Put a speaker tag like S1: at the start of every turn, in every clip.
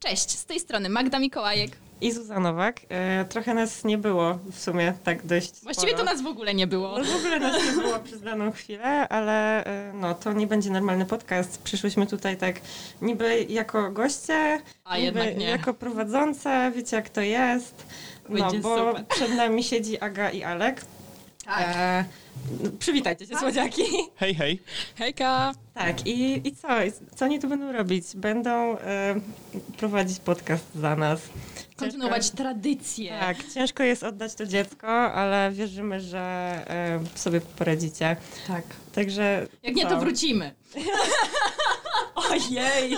S1: Cześć, z tej strony Magda Mikołajek.
S2: I Zuzanowak. E, trochę nas nie było w sumie tak dość.
S1: Właściwie
S2: sporo.
S1: to nas w ogóle nie było.
S2: No w ogóle nas nie było przez daną chwilę, ale e, no to nie będzie normalny podcast. Przyszłyśmy tutaj tak niby jako goście,
S1: A
S2: niby
S1: jednak nie.
S2: jako prowadzące, wiecie jak to jest. No
S1: Będzie
S2: bo
S1: super.
S2: przed nami siedzi Aga i Alek.
S1: Tak.
S2: E, no, przywitajcie się, słodziaki.
S3: Hej, hej.
S1: Hejka!
S2: Tak, i, i co? I Co oni tu będą robić? Będą e, prowadzić podcast za nas.
S1: Kontynuować tradycję.
S2: Tak, ciężko jest oddać to dziecko, ale wierzymy, że e, sobie poradzicie.
S1: tak.
S2: Także.
S1: Jak nie,
S2: co?
S1: to wrócimy.
S2: Ojej!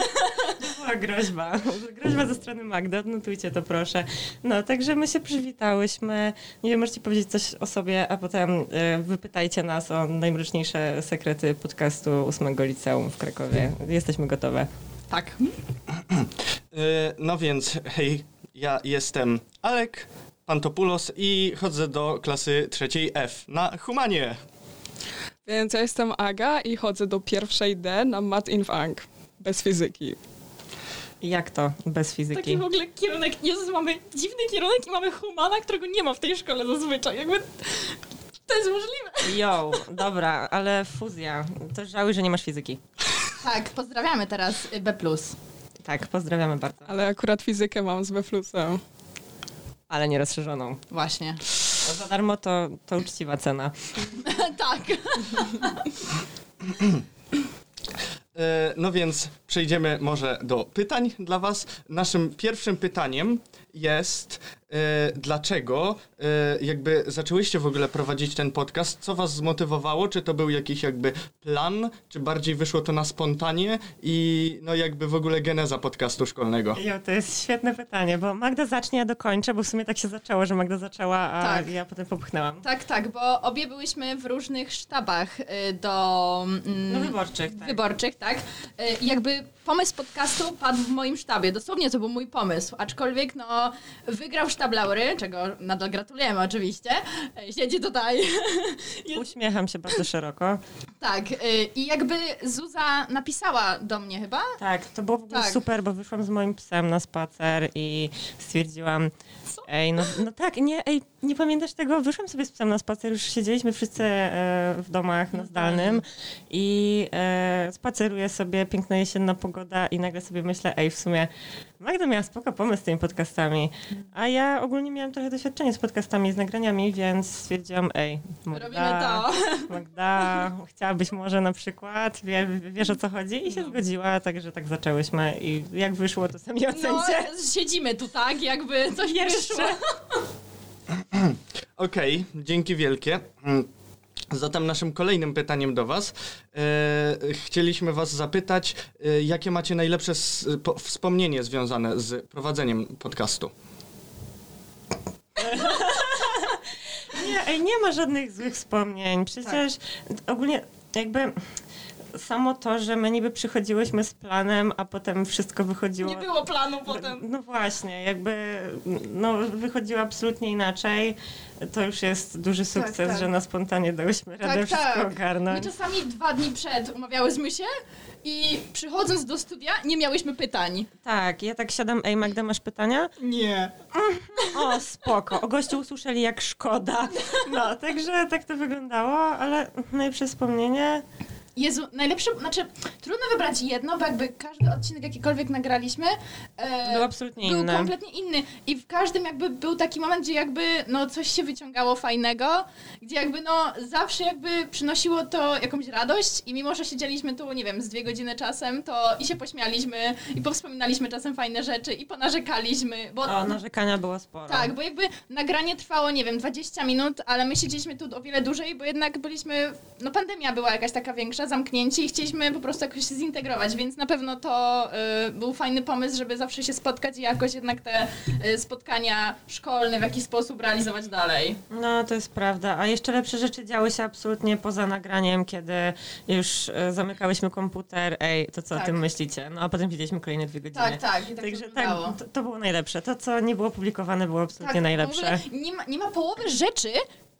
S2: To była groźba. Groźba ze strony Magdy, odnotujcie to proszę. No, także my się przywitałyśmy. Nie wiem, możecie powiedzieć coś o sobie, a potem e, wypytajcie nas o najmroczniejsze sekrety podcastu ósmego liceum w Krakowie. Jesteśmy gotowe.
S1: Tak.
S3: E, No więc, hej, ja jestem Alek Pantopoulos i chodzę do klasy trzeciej F na Humanie.
S4: Więc ja jestem Aga i chodzę do pierwszej D na Mat Inf Ang. Bez fizyki.
S2: Jak to bez
S5: Taki
S2: fizyki?
S5: w ogóle kierunek, Jezus, mamy dziwny kierunek i mamy humana, którego nie ma w tej szkole zazwyczaj, jakby to jest możliwe.
S2: Jo, dobra, ale fuzja. To żałuj, że nie masz fizyki.
S1: Tak, pozdrawiamy teraz y, B+.
S2: Tak, pozdrawiamy bardzo.
S4: Ale akurat fizykę mam z Beflusem.
S2: ale nie rozszerzoną.
S1: Właśnie.
S2: A Za darmo to, to uczciwa cena.
S1: tak.
S3: E, No więc przejdziemy może do pytań dla Was. Naszym pierwszym pytaniem jest, e, dlaczego e, jakby zaczęłyście w ogóle prowadzić ten podcast? Co Was zmotywowało? Czy to był jakiś jakby plan? Czy bardziej wyszło to na spontanie? I no jakby w ogóle geneza podcastu szkolnego?
S2: Jo, to jest świetne pytanie, bo Magda zacznie, ja dokończę, bo w sumie tak się zaczęło, że Magda zaczęła, a
S1: Tak.
S2: ja potem popchnęłam.
S1: Tak, tak, bo obie byłyśmy w różnych sztabach y, do... mm,
S2: No wyborczych, tak.
S1: wyborczych, tak? Y, Jakby pomysł podcastu padł w moim sztabie. Dosłownie to był mój pomysł, aczkolwiek no wygrał sztab Laury, czego nadal gratulujemy oczywiście. Y, Siedzi tutaj.
S2: Uśmiecham się bardzo szeroko.
S1: tak. y, I jakby Zuza napisała do mnie chyba.
S2: Tak, to było w ogóle
S1: Tak.
S2: super, bo wyszłam z moim psem na spacer i stwierdziłam,
S1: Co?
S2: ej, no, no tak, nie, ej, nie pamiętasz tego? Wyszłam sobie z psem na spacer, już siedzieliśmy wszyscy e, w domach
S1: No tak.
S2: na zdalnym i e, spaceruję sobie, piękna jesienna pogoda i nagle sobie myślę, ej, w sumie Magda miała spoko pomysł z tymi podcastami, a ja ogólnie miałam trochę doświadczenia z podcastami, z nagraniami, więc stwierdziłam, ej, Magda,
S1: Robimy to.
S2: Magda, chciałabyś może na przykład, wie, wiesz o co chodzi? I się zgodziła, także tak zaczęłyśmy. I jak wyszło, to sami
S1: No. No,
S2: ocencie.
S1: siedzimy tu, tak? Jakby coś wyszło.
S3: Okej, dzięki wielkie. Mm. Zatem naszym kolejnym pytaniem do Was. E, chcieliśmy Was zapytać, e, jakie macie najlepsze s, po, wspomnienie związane z prowadzeniem podcastu?
S2: Nie, ej, nie ma żadnych złych wspomnień. Przecież ogólnie jakby... Samo to, że my niby przychodziłyśmy z planem, a potem wszystko wychodziło.
S5: Nie było planu potem.
S2: No właśnie, jakby no, wychodziło absolutnie inaczej. To już jest duży sukces,
S1: tak.
S2: że na spontanie dałyśmy radę
S1: Tak,
S2: wszystko
S1: tak. My
S2: ogarnąć.
S1: czasami dwa dni przed umawiałyśmy się i przychodząc do studia nie miałyśmy pytań.
S2: Tak, ja tak siadam, ej Magda, masz pytania?
S3: Nie.
S2: O, spoko. O gościu usłyszeli jak szkoda. No, także tak to wyglądało, ale najlepsze wspomnienie.
S1: Jezu, najlepsze, znaczy trudno wybrać jedno, bo jakby każdy odcinek jakikolwiek nagraliśmy e,
S2: Był absolutnie
S1: był
S2: inny.
S1: kompletnie inny i w każdym jakby był taki moment, gdzie jakby no coś się wyciągało fajnego, gdzie jakby no zawsze jakby przynosiło to jakąś radość i mimo, że siedzieliśmy tu, nie wiem, z dwie godziny czasem, to i się pośmialiśmy i powspominaliśmy czasem fajne rzeczy i ponarzekaliśmy, bo...
S2: O, narzekania było sporo.
S1: no. Tak, bo jakby nagranie trwało, nie wiem, 20 minut, ale my siedzieliśmy tu o wiele dłużej, bo jednak byliśmy, no pandemia była jakaś taka większa, zamknięci i chcieliśmy po prostu jakoś się zintegrować, więc na pewno to y, był fajny pomysł, żeby zawsze się spotkać i jakoś jednak te y, spotkania szkolne w jakiś sposób realizować dalej.
S2: No, to jest prawda. A jeszcze lepsze rzeczy działy się absolutnie poza nagraniem, kiedy już e, zamykałyśmy komputer. Ej, to co o
S1: Tak.
S2: tym myślicie? No, a potem widzieliśmy kolejne dwie godziny.
S1: Tak, tak, i tak
S2: Także
S1: to
S2: tak,
S1: wyglądało. Tak,
S2: to, to było najlepsze. To, co nie było publikowane, było absolutnie najlepsze.
S1: w ogóle Nie ma, nie ma połowy rzeczy,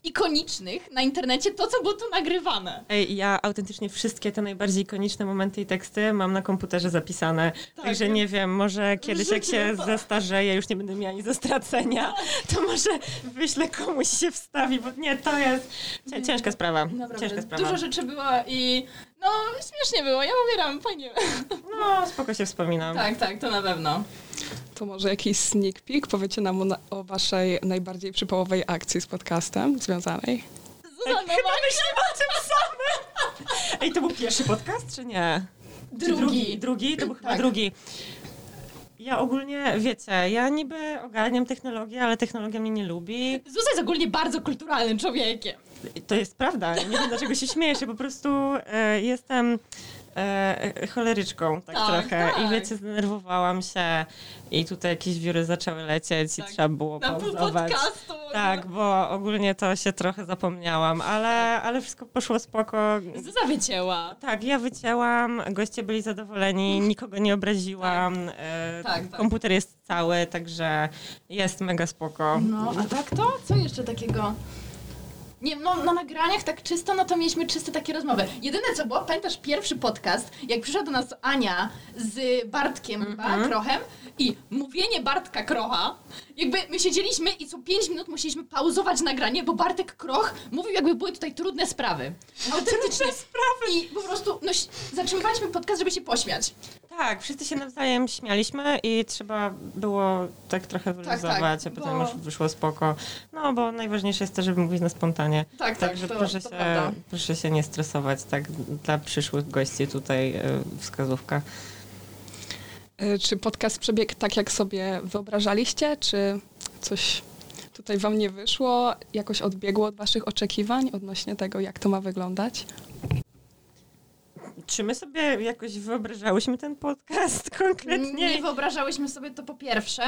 S1: ikonicznych na internecie, to co było tu nagrywane.
S2: Ej, ja autentycznie wszystkie te najbardziej ikoniczne momenty i teksty mam na komputerze zapisane.
S1: Tak,
S2: Także nie wiem, może kiedyś jak
S1: życiu,
S2: się
S1: no to-
S2: zestarzeję, już nie będę miała ani zastracenia, to może wyślę komuś się wstawi, bo nie, to jest cię- ciężka sprawa.
S1: Naprawdę,
S2: Ciężka sprawa.
S1: Mm. dużo rzeczy było i no śmiesznie było, ja umieram, fajnie.
S2: No, spoko się wspominam.
S1: Tak, tak, to na pewno.
S4: To może jakiś sneak peek powiecie nam o, na- o waszej najbardziej przypałowej akcji z podcastem związanej?
S1: Zuzanna,
S2: Myślimy o tym samym! Ej, to był pierwszy podcast, czy nie? Czy
S1: drugi.
S2: Drugi? To był chyba
S1: Tak.
S2: drugi. Ja ogólnie, wiecie, ja niby ogarniam technologię, ale technologia mnie nie lubi.
S1: Zuza jest ogólnie bardzo kulturalnym człowiekiem.
S2: To jest prawda. Nie wiem, dlaczego się śmiejesz. Ja po prostu e, jestem e, choleryczką tak,
S1: Tak,
S2: trochę.
S1: tak.
S2: I wiecie, zdenerwowałam się i tutaj jakieś wióry zaczęły lecieć
S1: Tak.
S2: i trzeba było
S1: Na pół
S2: pauzować.
S1: podcastu.
S2: Tak, bo ogólnie to się trochę zapomniałam, ale, ale wszystko poszło spoko.
S1: Zuza wycięła.
S2: Tak, ja wycięłam, goście byli zadowoleni, nikogo nie obraziłam. e,
S1: Tak, tak.
S2: Komputer jest cały, także jest mega spoko.
S1: No, a tak to? Co jeszcze takiego? Nie, no na nagraniach tak czysto, no to mieliśmy czyste takie rozmowy. Jedyne co było, pamiętasz pierwszy podcast, jak przyszła do nas Ania z Bartkiem chyba, Krochem i mówienie Bartka Krocha, jakby my siedzieliśmy i co 5 minut musieliśmy pauzować nagranie, bo Bartek Kroch mówił jakby były tutaj trudne sprawy. Autentycznie. sprawy! I po prostu, no si- zatrzymywaliśmy podcast, żeby się pośmiać.
S2: Tak, wszyscy się nawzajem śmialiśmy i trzeba było tak trochę wyluzować, a potem
S1: bo-
S2: już wyszło spoko. No, bo najważniejsze jest to, żeby mówić na spontanie.
S1: Tak, tak,
S2: Także
S1: to,
S2: proszę,
S1: to
S2: się,
S1: prawda.
S2: proszę się nie stresować, tak dla przyszłych gości tutaj e, wskazówka.
S4: E, Czy podcast przebiegł tak, jak sobie wyobrażaliście? Czy coś tutaj wam nie wyszło? Jakoś odbiegło od waszych oczekiwań odnośnie tego, jak to ma wyglądać?
S2: Czy my sobie jakoś wyobrażałyśmy ten podcast konkretnie?
S1: Nie wyobrażałyśmy sobie to po pierwsze,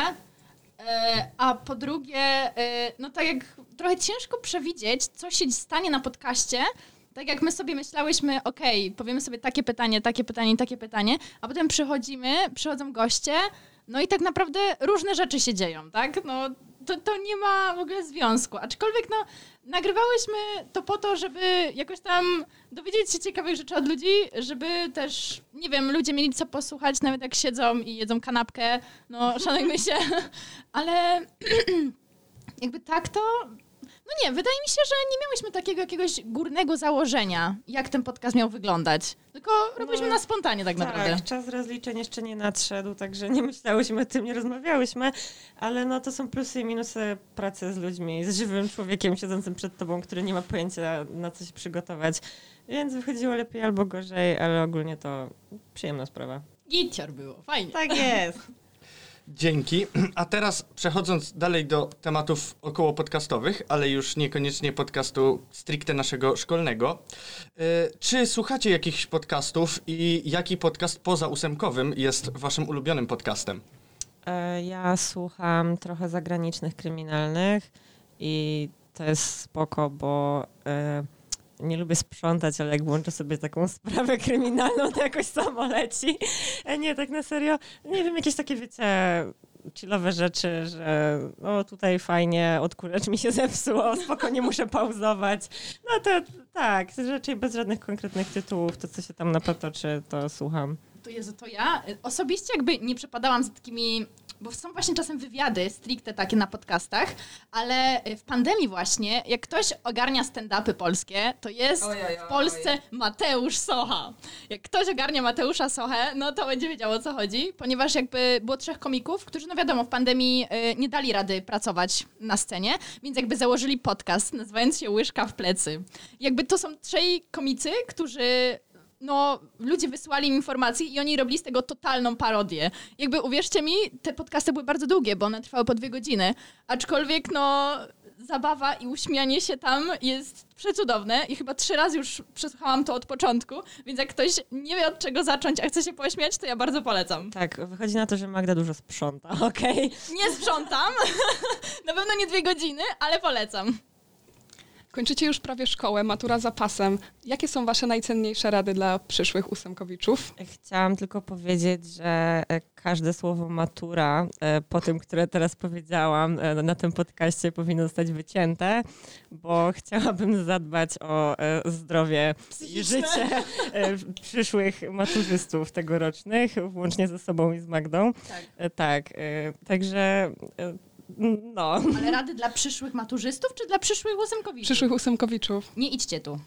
S1: e, a po drugie, e, no tak jak trochę ciężko przewidzieć, co się stanie na podcaście. Tak jak my sobie myślałyśmy, okej, powiemy sobie takie pytanie, takie pytanie, i takie pytanie, a potem przychodzimy, przychodzą goście, no i tak naprawdę różne rzeczy się dzieją, tak? No to, to nie ma w ogóle związku. Aczkolwiek no, nagrywałyśmy to po to, żeby jakoś tam dowiedzieć się ciekawych rzeczy od ludzi, żeby też, nie wiem, ludzie mieli co posłuchać, nawet jak siedzą i jedzą kanapkę, no szanujmy się, ale jakby tak to... No nie, wydaje mi się, że nie miałyśmy takiego jakiegoś górnego założenia, jak ten podcast miał wyglądać. Tylko robiliśmy na spontanie tak naprawdę.
S2: Tak, czas rozliczeń jeszcze nie nadszedł, także nie myślałyśmy o tym, nie rozmawiałyśmy, ale no to są plusy i minusy pracy z ludźmi, z żywym człowiekiem siedzącym przed tobą, który nie ma pojęcia na co się przygotować, więc wychodziło lepiej albo gorzej, ale ogólnie to przyjemna sprawa.
S1: Gicior było, fajnie.
S2: Tak jest.
S3: Dzięki. A teraz przechodząc dalej do tematów około podcastowych, ale już niekoniecznie podcastu stricte naszego szkolnego. E, Czy słuchacie jakichś podcastów i jaki podcast poza ósemkowym jest waszym ulubionym podcastem?
S2: E, Ja słucham trochę zagranicznych kryminalnych i to jest spoko, bo e, nie lubię sprzątać, ale jak włączę sobie taką sprawę kryminalną, to jakoś samo leci. E, Nie, tak na serio. Nie wiem, jakieś takie, wiecie, chillowe rzeczy, że no tutaj fajnie, odkurzacz mi się zepsuło, spoko, nie muszę pauzować. No to tak, raczej bez żadnych konkretnych tytułów, to co się tam napatoczy, to słucham.
S1: To Jezu, to ja y, osobiście jakby nie przepadałam za takimi, bo są właśnie czasem wywiady stricte takie na podcastach, ale y, w pandemii właśnie, jak ktoś ogarnia stand-upy polskie, to jest w Polsce Mateusz Socha. Jak ktoś ogarnia Mateusza Sochę, no to będzie wiedział o co chodzi, ponieważ jakby było trzech komików, którzy no wiadomo, w pandemii y, nie dali rady pracować na scenie, więc jakby założyli podcast nazywając się Łyżka w plecy. Jakby to są trzej komicy, którzy no, ludzie wysyłali im informacje i oni robili z tego totalną parodię. Jakby uwierzcie mi, te podcasty były bardzo długie, bo one trwały po dwie godziny. Aczkolwiek, no, zabawa i uśmianie się tam jest przecudowne i chyba trzy razy już przesłuchałam to od początku, więc jak ktoś nie wie od czego zacząć, a chce się pośmiać, to ja bardzo polecam.
S2: Tak, wychodzi na to, że Magda dużo sprząta, okej?
S1: Nie sprzątam, na pewno nie dwie godziny, ale polecam.
S4: Kończycie już prawie szkołę, matura za pasem. Jakie są wasze najcenniejsze rady dla przyszłych ósemkowiczów?
S2: Chciałam tylko powiedzieć, że e, każde słowo matura e, po tym, które teraz powiedziałam e, na tym podcaście powinno zostać wycięte, bo chciałabym zadbać o e, zdrowie i życie e, przyszłych maturzystów tegorocznych, włącznie ze sobą i z Magdą.
S1: Tak.
S2: E, Tak, e, także e, no.
S1: Ale rady dla przyszłych maturzystów czy dla przyszłych ósemkowiczów?
S4: Przyszłych ósemkowiczów.
S1: Nie idźcie tu.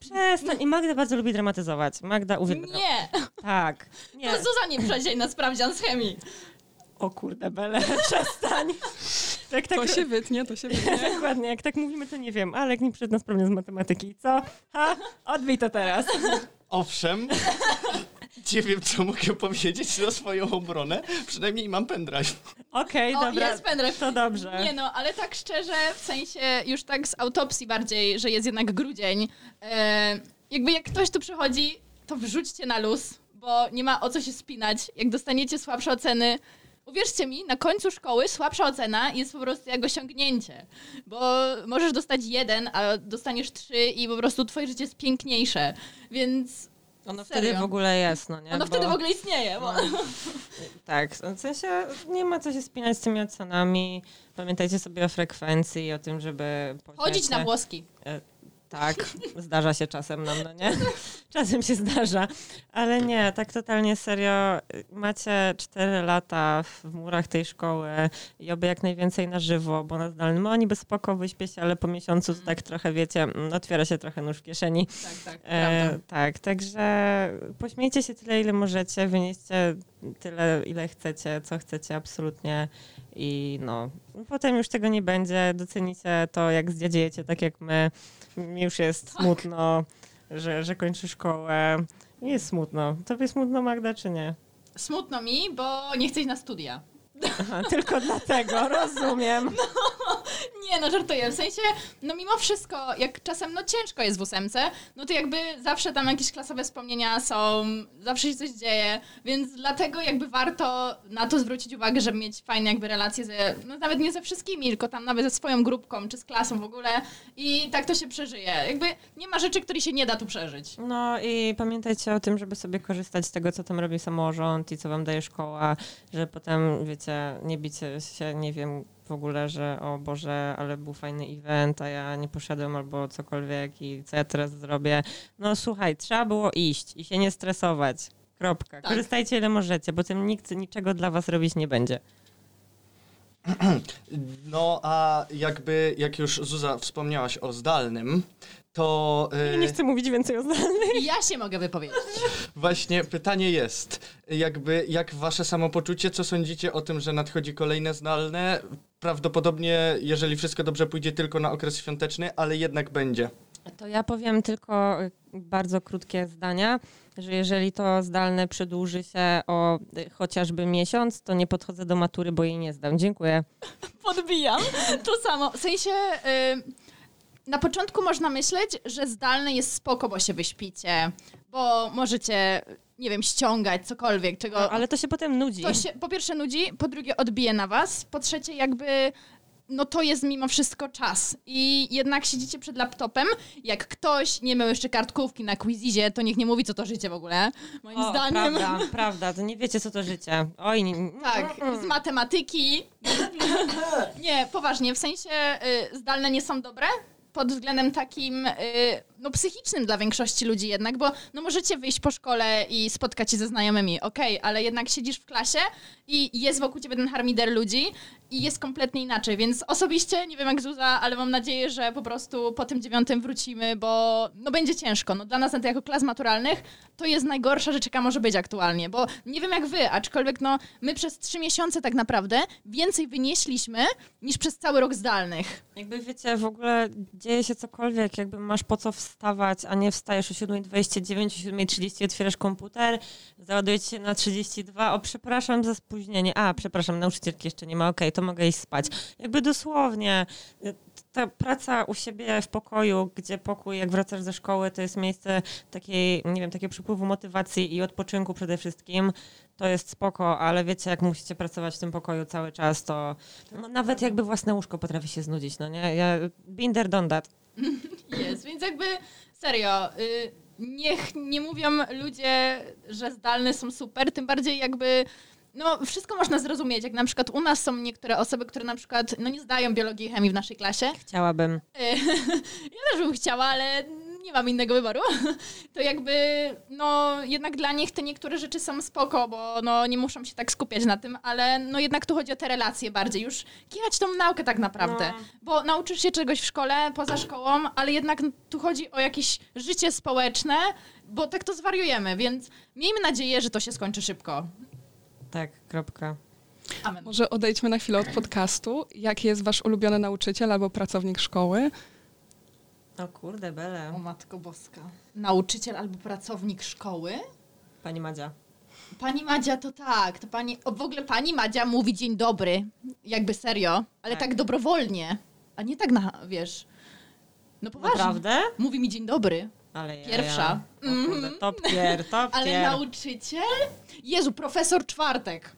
S2: Przestań. I Magda bardzo lubi dramatyzować. Magda uwielbia.
S1: Nie,
S2: Tak. Nie.
S1: to Zuza nie przejdzie na sprawdzian z chemii.
S2: O kurde, Bele, przestań. Jak tak,
S4: To się wytnie, to się wytnie.
S2: Dokładnie, jak tak mówimy, to nie wiem. Alek nie przyszedł na sprawnie z matematyki. I Co? Ha? Odbij to teraz.
S3: Owszem, nie wiem, co mogę powiedzieć na swoją obronę. Przynajmniej mam pendrive.
S2: Okej,
S1: O,
S2: dobra.
S1: jest pendrive.
S2: To dobrze.
S1: Nie no, ale tak szczerze, w sensie już tak z autopsji bardziej, że jest jednak grudzień. E, jakby jak ktoś tu przychodzi, to wrzućcie na luz, bo nie ma o co się spinać. Jak dostaniecie słabsze oceny, uwierzcie mi, na końcu szkoły słabsza ocena jest po prostu jak osiągnięcie, bo możesz dostać jeden, a dostaniesz trzy i po prostu twoje życie jest piękniejsze, więc
S2: Ono
S1: Serio.
S2: wtedy w ogóle jest, no nie?
S1: ono
S2: Bo-
S1: wtedy w ogóle istnieje. Bo...
S2: Tak, w sensie nie ma co się spinać z tymi ocenami. Pamiętajcie sobie o frekwencji i o tym, żeby... po
S1: Chodzić
S2: świecie-
S1: na włoski.
S2: Tak, zdarza się czasem nam, no nie? Czasem się zdarza, ale nie, tak totalnie serio. Macie 4 lata w murach tej szkoły i oby jak najwięcej na żywo, bo na zdalnym oni by spoko wyśpie się, ale po miesiącu to tak trochę, wiecie, mm, otwiera się trochę nóż w kieszeni.
S1: Tak, tak,
S2: E, tak, także pośmiejcie się tyle, ile możecie, wynieście tyle, ile chcecie, co chcecie, absolutnie. I no, potem już tego nie będzie. Docenicie to, jak zdziadziejecie, tak jak my. Mi już jest smutno, że, że kończy szkołę. Mi jest smutno. Tobie smutno, Magda, czy nie?
S1: Smutno mi, bo nie chcę iść na studia.
S2: Aha, tylko dlatego, rozumiem.
S1: Nie, no żartuję, w sensie, no mimo wszystko, jak czasem, no ciężko jest w ósemce, no to jakby zawsze tam jakieś klasowe wspomnienia są, zawsze się coś dzieje, więc dlatego jakby warto na to zwrócić uwagę, żeby mieć fajne jakby relacje ze, no nawet nie ze wszystkimi, tylko tam nawet ze swoją grupką, czy z klasą w ogóle i tak to się przeżyje. Jakby nie ma rzeczy, której się nie da tu przeżyć.
S2: No i pamiętajcie o tym, żeby sobie korzystać z tego, co tam robi samorząd i co wam daje szkoła, że potem, wiecie, nie bicie się, nie wiem w ogóle, że o Boże, ale był fajny event, a ja nie poszedłem albo cokolwiek i co ja teraz zrobię. No słuchaj, trzeba było iść i się nie stresować. Kropka.
S1: Tak.
S2: Korzystajcie ile możecie, bo tym nikt niczego dla was robić nie będzie.
S3: No, a jakby, jak już Zuza wspomniałaś o zdalnym, to
S2: Ja
S3: e,
S2: nie chcę mówić więcej o zdalnych.
S1: I ja się mogę wypowiedzieć.
S3: właśnie pytanie jest, jakby, jak wasze samopoczucie, co sądzicie o tym, że nadchodzi kolejne zdalne? Prawdopodobnie, jeżeli wszystko dobrze pójdzie, tylko na okres świąteczny, ale jednak będzie.
S2: To ja powiem tylko y, bardzo krótkie zdania, że jeżeli to zdalne przedłuży się o y, chociażby miesiąc, to nie podchodzę do matury, bo jej nie zdam. Dziękuję.
S1: podbijam to samo. W sensie y, na początku można myśleć, że zdalne jest spoko, bo się wyśpicie, bo możecie, nie wiem, ściągać cokolwiek, czego...
S2: No, Ale to się potem nudzi.
S1: To się po pierwsze nudzi, po drugie odbije na was, po trzecie jakby no to jest mimo wszystko czas i jednak siedzicie przed laptopem, jak ktoś nie miał jeszcze kartkówki na Quizizie, to niech nie mówi co to życie w ogóle, moim
S2: o,
S1: zdaniem.
S2: Prawda, prawda, to nie wiecie, co to życie. Oj, nie, nie.
S1: Tak, z matematyki. nie, poważnie, w sensie y, zdalne nie są dobre pod względem takim y, no, psychicznym dla większości ludzi jednak, bo no, możecie wyjść po szkole i spotkać się ze znajomymi, okej, ale jednak siedzisz w klasie i jest wokół ciebie ten harmider ludzi i jest kompletnie inaczej, więc osobiście, nie wiem jak Zuza, ale mam nadzieję, że po prostu po tym dziewiątym wrócimy, bo no, będzie ciężko. No, dla nas, na to jako klas maturalnych, to jest najgorsza rzecz, jaka może być aktualnie, bo nie wiem jak wy, aczkolwiek no, my przez trzy miesiące tak naprawdę więcej wynieśliśmy niż przez cały rok zdalnych.
S2: Jakby wiecie, w ogóle dzieje się cokolwiek, jakby masz po co wstawać, a nie wstajesz o 7.29, o 7.30 otwierasz komputer, załadujecie się na 32, o przepraszam za spóźnienie, a przepraszam, nauczycielki jeszcze nie ma, okej, to mogę iść spać. Jakby dosłownie y, ta praca u siebie w pokoju, gdzie pokój, jak wracasz ze szkoły, to jest miejsce takiej, nie wiem, takiego przepływu motywacji i odpoczynku przede wszystkim, to jest spoko, ale wiecie, jak musicie pracować w tym pokoju cały czas, to no, nawet jakby własne łóżko potrafi się znudzić, no nie? Ja, binder done that.
S1: Jest, więc jakby serio, y, niech nie mówią ludzie, że zdalne są super, tym bardziej jakby. No, wszystko można zrozumieć, jak na przykład u nas są niektóre osoby, które na przykład no, nie zdają biologii i chemii w naszej klasie.
S2: Chciałabym.
S1: Ja też bym chciała, ale nie mam innego wyboru. To jakby, no jednak dla nich te niektóre rzeczy są spoko, bo no nie muszą się tak skupiać na tym, ale no jednak tu chodzi o te relacje bardziej, już kierać tą naukę tak naprawdę. Bo nauczysz się czegoś w szkole, poza szkołą, ale jednak tu chodzi o jakieś życie społeczne, bo tak to zwariujemy, więc miejmy nadzieję, że to się skończy szybko.
S2: Tak, kropka.
S1: Amen.
S4: Może odejdźmy na chwilę od podcastu. Jaki jest wasz ulubiony nauczyciel albo pracownik szkoły?
S2: O No kurde,
S1: O
S2: bele.
S1: Matko Boska. Nauczyciel albo pracownik szkoły?
S2: Pani Madzia.
S1: Pani Madzia to tak, to pani, o, w ogóle pani Madzia mówi dzień dobry, jakby serio, ale tak,
S2: Tak.
S1: dobrowolnie, a nie tak na, wiesz, no poważnie,
S2: Naprawdę?
S1: mówi mi dzień dobry,
S2: Ale ja,
S1: Pierwsza.
S2: Ja. O kurde,
S1: Mhm.
S2: top tier, top
S1: ale
S2: tier.
S1: nauczyciel? Jezu, profesor Czwartek.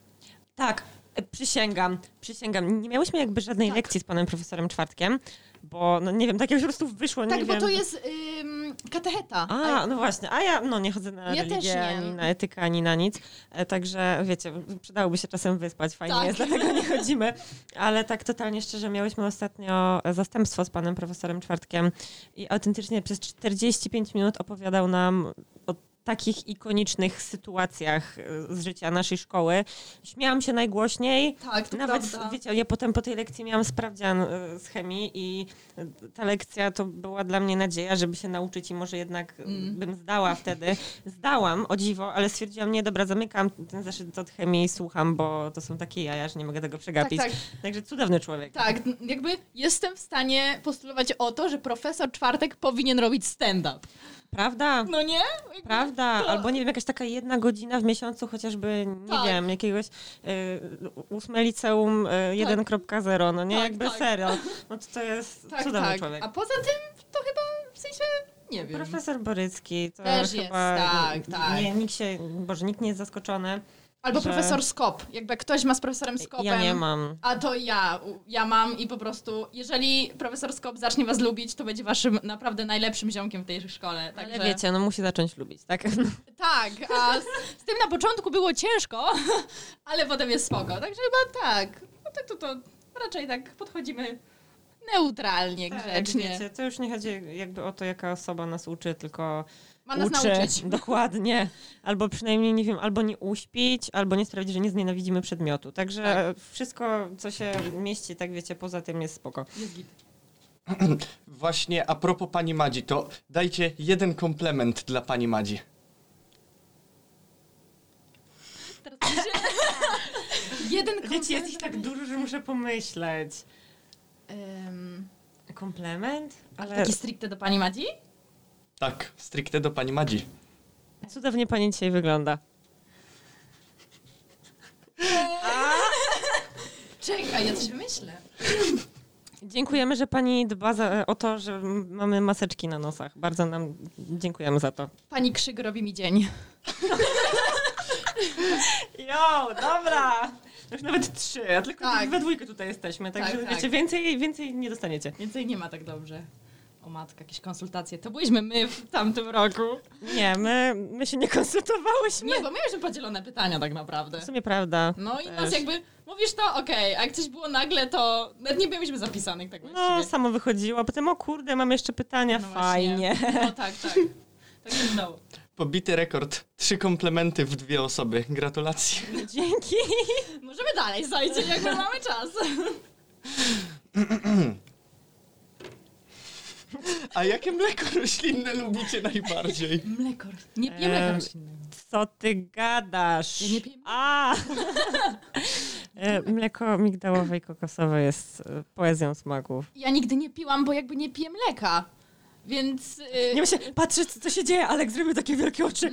S2: Tak, e, przysięgam, przysięgam. Nie miałyśmy jakby żadnej
S1: Tak.
S2: lekcji z panem profesorem Czwartkiem, bo no nie wiem, tak jak po prostu wyszło,
S1: Tak,
S2: nie
S1: bo
S2: wiem.
S1: to jest ym, katecheta. Tak,
S2: A, no właśnie, a ja no nie chodzę na
S1: Ja
S2: religię,
S1: też nie.
S2: ani na etykę, ani na nic, E, także wiecie, przydałoby się czasem wyspać, fajnie
S1: Tak.
S2: jest, dlatego nie chodzimy, ale tak totalnie szczerze, miałyśmy ostatnio zastępstwo z panem profesorem Czwartkiem i autentycznie przez 45 minut opowiadał nam o takich ikonicznych sytuacjach e, z życia naszej szkoły. Śmiałam się najgłośniej,
S1: tak, to
S2: nawet,
S1: prawda.
S2: wiecie, ja potem po tej lekcji miałam sprawdzian y, z chemii i y, ta lekcja to była dla mnie nadzieja, żeby się nauczyć i może jednak y,
S1: Mm.
S2: bym zdała wtedy. Zdałam, o dziwo, ale stwierdziłam, nie, dobra, zamykam ten zeszyt od chemii i słucham, bo to są takie jaja, że nie mogę tego
S1: tak,
S2: przegapić.
S1: tak,
S2: Także cudowny człowiek.
S1: tak, jakby jestem w stanie postulować o to, że profesor Czwartek powinien robić stand-up.
S2: Prawda?
S1: No nie?
S2: Prawda,
S1: To-
S2: albo nie wiem, jakaś taka jedna godzina w miesiącu, chociażby, nie
S1: Tak.
S2: wiem, jakiegoś y, ósme liceum y, 1.0, no nie,
S1: Tak,
S2: jakby
S1: tak.
S2: serio. No to, to jest
S1: Tak,
S2: cudowny
S1: tak.
S2: człowiek.
S1: A poza tym to chyba w sensie nie wiem.
S2: Profesor Borycki to
S1: Też jest,
S2: chyba
S1: tak, tak.
S2: Nie, nikt się, Boże, nikt nie jest zaskoczony.
S1: Albo
S2: że-
S1: profesor Skop. Jakby jak ktoś ma z profesorem Skopem.
S2: Ja nie mam.
S1: A to ja, u- ja mam i po prostu, jeżeli profesor Skop zacznie was lubić, to będzie waszym naprawdę najlepszym ziomkiem w tej szkole. Także...
S2: Ale wiecie, no musi zacząć lubić, tak?
S1: Tak, a z, z tym na początku było ciężko, ale potem jest spoko. Także chyba tak. No to, to, to raczej tak podchodzimy neutralnie, grzecznie.
S2: Tak, Wiecie, No, to już nie chodzi jakby o to, jaka osoba nas uczy, tylko
S1: Ma nas
S2: uczy.
S1: nauczyć.
S2: Dokładnie. Albo przynajmniej, nie wiem, albo nie uśpić, albo nie sprawić, że nie znienawidzimy przedmiotu. Także
S1: Tak.
S2: wszystko, co się mieści, tak wiecie, poza tym jest spoko.
S3: Właśnie a propos pani Madzi, to dajcie jeden komplement dla pani Madzi.
S1: Teraz będzie... Jeden komplement.
S2: Wiecie, jest ich tak dużo, że muszę pomyśleć.
S1: Ym,
S2: Komplement? Ale
S1: Taki stricte do pani Madzi?
S3: Tak, stricte do pani Madzi.
S2: cudownie pani dzisiaj wygląda.
S1: Czekaj, ja coś wymyślę.
S2: Dziękujemy, że pani dba za, o to, że m- mamy maseczki na nosach. Bardzo nam dziękujemy za to.
S1: Pani krzyk robi mi dzień.
S2: Jo, dobra! Już nawet trzy, a tylko
S1: Tak.
S2: we dwójkę tutaj jesteśmy, także
S1: Tak, tak.
S2: wiecie, więcej, więcej nie dostaniecie.
S1: Więcej nie ma tak dobrze. O matka, jakieś konsultacje. To byliśmy my w tamtym roku.
S2: Nie, my, my się nie konsultowałyśmy.
S1: Nie, bo mieliśmy podzielone pytania tak naprawdę.
S2: W sumie prawda.
S1: No i
S2: Też.
S1: nas jakby, mówisz to, okej, a jak coś było nagle, to nawet nie mieliśmy zapisanych tak
S2: No,
S1: właściwie.
S2: samo wychodziło, potem o kurde, mam jeszcze pytania,
S1: No
S2: fajnie.
S1: właśnie. No tak, tak. Tak się udało.
S3: Pobity rekord. Trzy komplementy w dwie osoby. Gratulacje.
S2: Dzięki.
S1: Możemy dalej, słuchajcie, jakby mamy czas.
S3: A jakie mleko roślinne lubicie najbardziej?
S1: Mleko. Nie
S2: piję mleka Em,
S1: roślinnego.
S2: Co ty gadasz?
S1: Ja nie piję mleka.
S2: A! E, Mleko migdałowe i kokosowe jest e, poezją smaków.
S1: Ja nigdy nie piłam, bo jakby nie piję mleka. Więc... y,
S2: Nie myślę, patrzę, co co się dzieje, Alek zrobił takie wielkie oczy.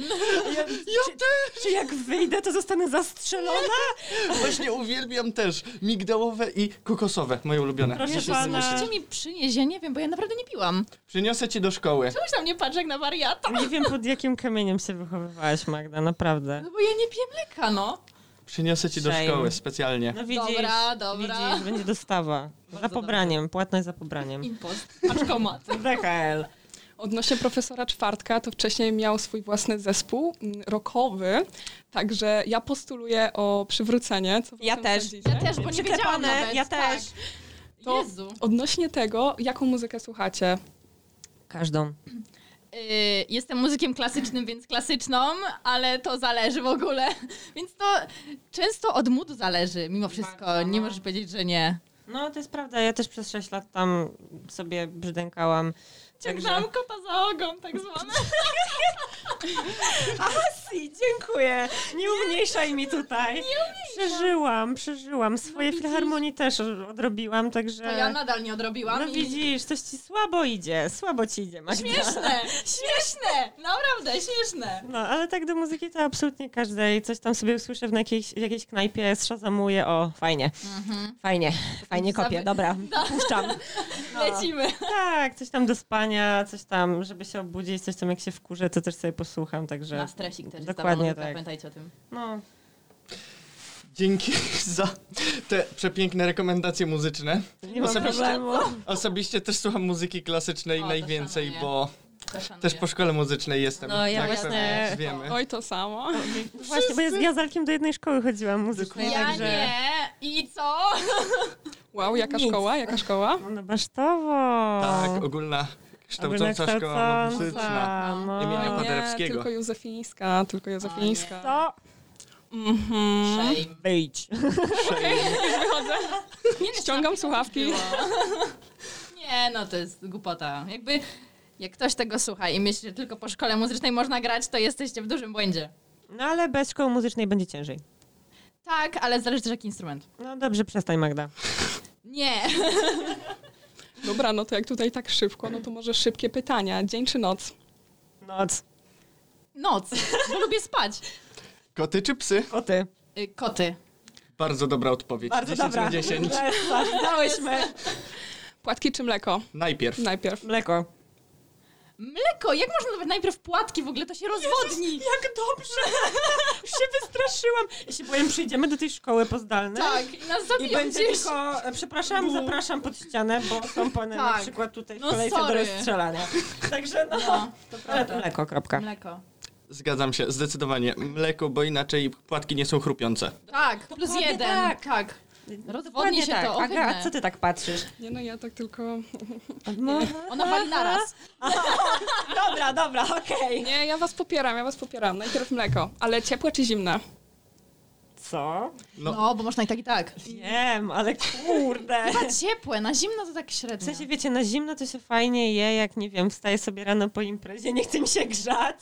S2: Ja, czy, czy jak wyjdę, to zostanę zastrzelona?
S3: Właśnie uwielbiam też migdałowe i kokosowe, moje ulubione.
S2: Proszę
S3: Wszyscy
S2: pana.
S3: musicie.
S1: Musicie mi przynieść, ja nie wiem, bo ja naprawdę nie piłam.
S3: Przyniosę ci do szkoły.
S1: Czemuś na mnie patrz jak na wariata?
S2: Nie wiem, pod jakim kamieniem się wychowywałaś, Magda, naprawdę.
S1: No bo ja nie piję mleka, no.
S3: Przyniosę ci do
S2: Shame.
S3: szkoły specjalnie.
S2: No widzisz,
S1: Dobra, dobra.
S2: widzisz, będzie dostawa. za pobraniem, płatność za pobraniem.
S1: Impost, paczkomat.
S2: DHL.
S4: Odnośnie profesora Czwartka, to wcześniej miał swój własny zespół mm, rokowy, także ja postuluję o przywrócenie. Co wy
S2: Ja
S4: o tym
S2: też.
S4: sądzicie?
S1: Ja też, bo nie wiedziałam
S2: Przyklepane,
S1: nawet.
S2: ja
S1: tak.
S2: też.
S4: To-
S1: Jezu.
S4: Odnośnie tego, jaką muzykę słuchacie?
S2: Każdą.
S1: Y, jestem muzykiem klasycznym, więc klasyczną, ale to zależy w ogóle. Więc to często od moodu zależy, mimo wszystko. Nie możesz powiedzieć, że nie.
S2: No, to jest prawda, ja też przez 6 lat tam sobie brzdękałam.
S5: Ciągnęłam kota za ogon, tak zwane.
S2: Asi, dziękuję. Nie umniejszaj mi tutaj. Nie Przeżyłam, przeżyłam. Swoje filharmonii też odrobiłam, także...
S1: To ja nadal nie odrobiłam.
S2: No
S1: i-
S2: widzisz, coś ci słabo idzie, słabo ci idzie, Magda.
S1: Śmieszne, śmieszne, naprawdę śmieszne.
S2: No, ale tak do muzyki to absolutnie każdej. Coś tam sobie usłyszę w jakiejś, w jakiejś knajpie, szazamuję, o, fajnie,
S1: Mhm.
S2: fajnie, fajnie kopię,
S1: Zawy-
S2: dobra,
S1: No.
S2: puszczam.
S1: Lecimy.
S2: Tak, coś tam do spania, coś tam, żeby się obudzić, coś tam jak się wkurzę, to też sobie posłucham, także...
S1: Na stresik też
S2: Dokładnie
S1: jest ta
S2: tak.
S1: tak. pamiętajcie o tym.
S2: No,
S3: Dzięki za te przepiękne rekomendacje muzyczne.
S2: nie
S1: No,
S2: mam
S3: Osobiście-
S2: problemu.
S3: Osobiście też słucham muzyki klasycznej
S1: O, to
S3: najwięcej,
S1: szanuję.
S3: bo też po szkole muzycznej jestem.
S2: No, ja
S3: tak
S2: właśnie-
S3: pewnie Wiemy.
S4: Oj, to samo.
S1: No,
S2: Właśnie, bo ja, z- ja z Alkiem do jednej szkoły chodziłam muzycznej,
S1: Ja
S2: także...
S1: nie. I co?
S4: Wow, jaka
S2: Nic.
S4: szkoła, jaka szkoła?
S2: No basztowo.
S3: Tak, ogólna kształcąca szkoła
S2: Ogólnokształcąca,
S3: muzyczna.
S2: No.
S3: Imienia
S4: Nie,
S3: Paderewskiego.
S4: tylko Józefińska, tylko Józefińska.
S2: To
S4: Mhm.
S1: Shame.
S2: wyjdź. no,
S4: Ściągam słuchawki.
S1: No. Nie, no to jest głupota. Jakby, jak ktoś tego słucha i myśli, że tylko po szkole muzycznej można grać, to jesteście w dużym błędzie.
S2: No ale bez szkoły muzycznej będzie ciężej.
S1: Tak, ale zależy też jaki instrument.
S2: No dobrze, przestań Magda.
S1: Nie.
S4: Dobra, no to jak tutaj tak szybko, no to może szybkie pytania. Dzień czy noc?
S2: Noc.
S1: Noc, bo lubię spać.
S3: Koty czy psy?
S2: O ty.
S1: Y, Koty.
S3: Bardzo dobra odpowiedź. 10 na 10.
S2: Dałyśmy.
S4: Płatki czy mleko?
S3: Najpierw.
S4: Najpierw.
S2: Mleko.
S1: Mleko, jak można nawet najpierw płatki, w ogóle to się rozwodni.
S2: Jak dobrze. Już się wystraszyłam. Ja się boję, przyjdziemy do tej szkoły pozdalnej.
S1: Tak, i nas
S2: I
S1: zabiją
S2: będzie
S1: gdzieś.
S2: tylko, e, przepraszam, zapraszam pod ścianę, bo są panie na
S1: Tak.
S2: przykład tutaj w
S1: No
S2: kolejce do
S1: sorry.
S2: rozstrzelania. Także no.
S1: No, to
S2: Ale
S1: prawda.
S2: mleko, kropka.
S1: Mleko.
S3: Zgadzam się, zdecydowanie. Mleko, bo inaczej płatki nie są chrupiące.
S1: Tak, plus
S2: Dokładnie
S1: jeden.
S2: tak.
S1: Tak. tak. Rozwodni się
S2: tak.
S1: to, ohydne.
S2: Aga, co ty tak patrzysz?
S4: Nie no, ja tak tylko...
S2: No.
S1: Ona wali naraz.
S2: Dobra, dobra, okej.
S4: Nie, ja was popieram, ja was popieram. Najpierw mleko. Ale ciepłe czy zimne?
S2: Co?
S3: No.
S1: No, bo można i tak i tak.
S2: Wiem, ale kurde.
S1: Chyba ciepłe, na zimno to tak
S2: W
S1: średnio.
S2: sensie, wiecie, na zimno to się fajnie je, jak nie wiem, wstaję sobie rano po imprezie, nie chcę mi się grzać,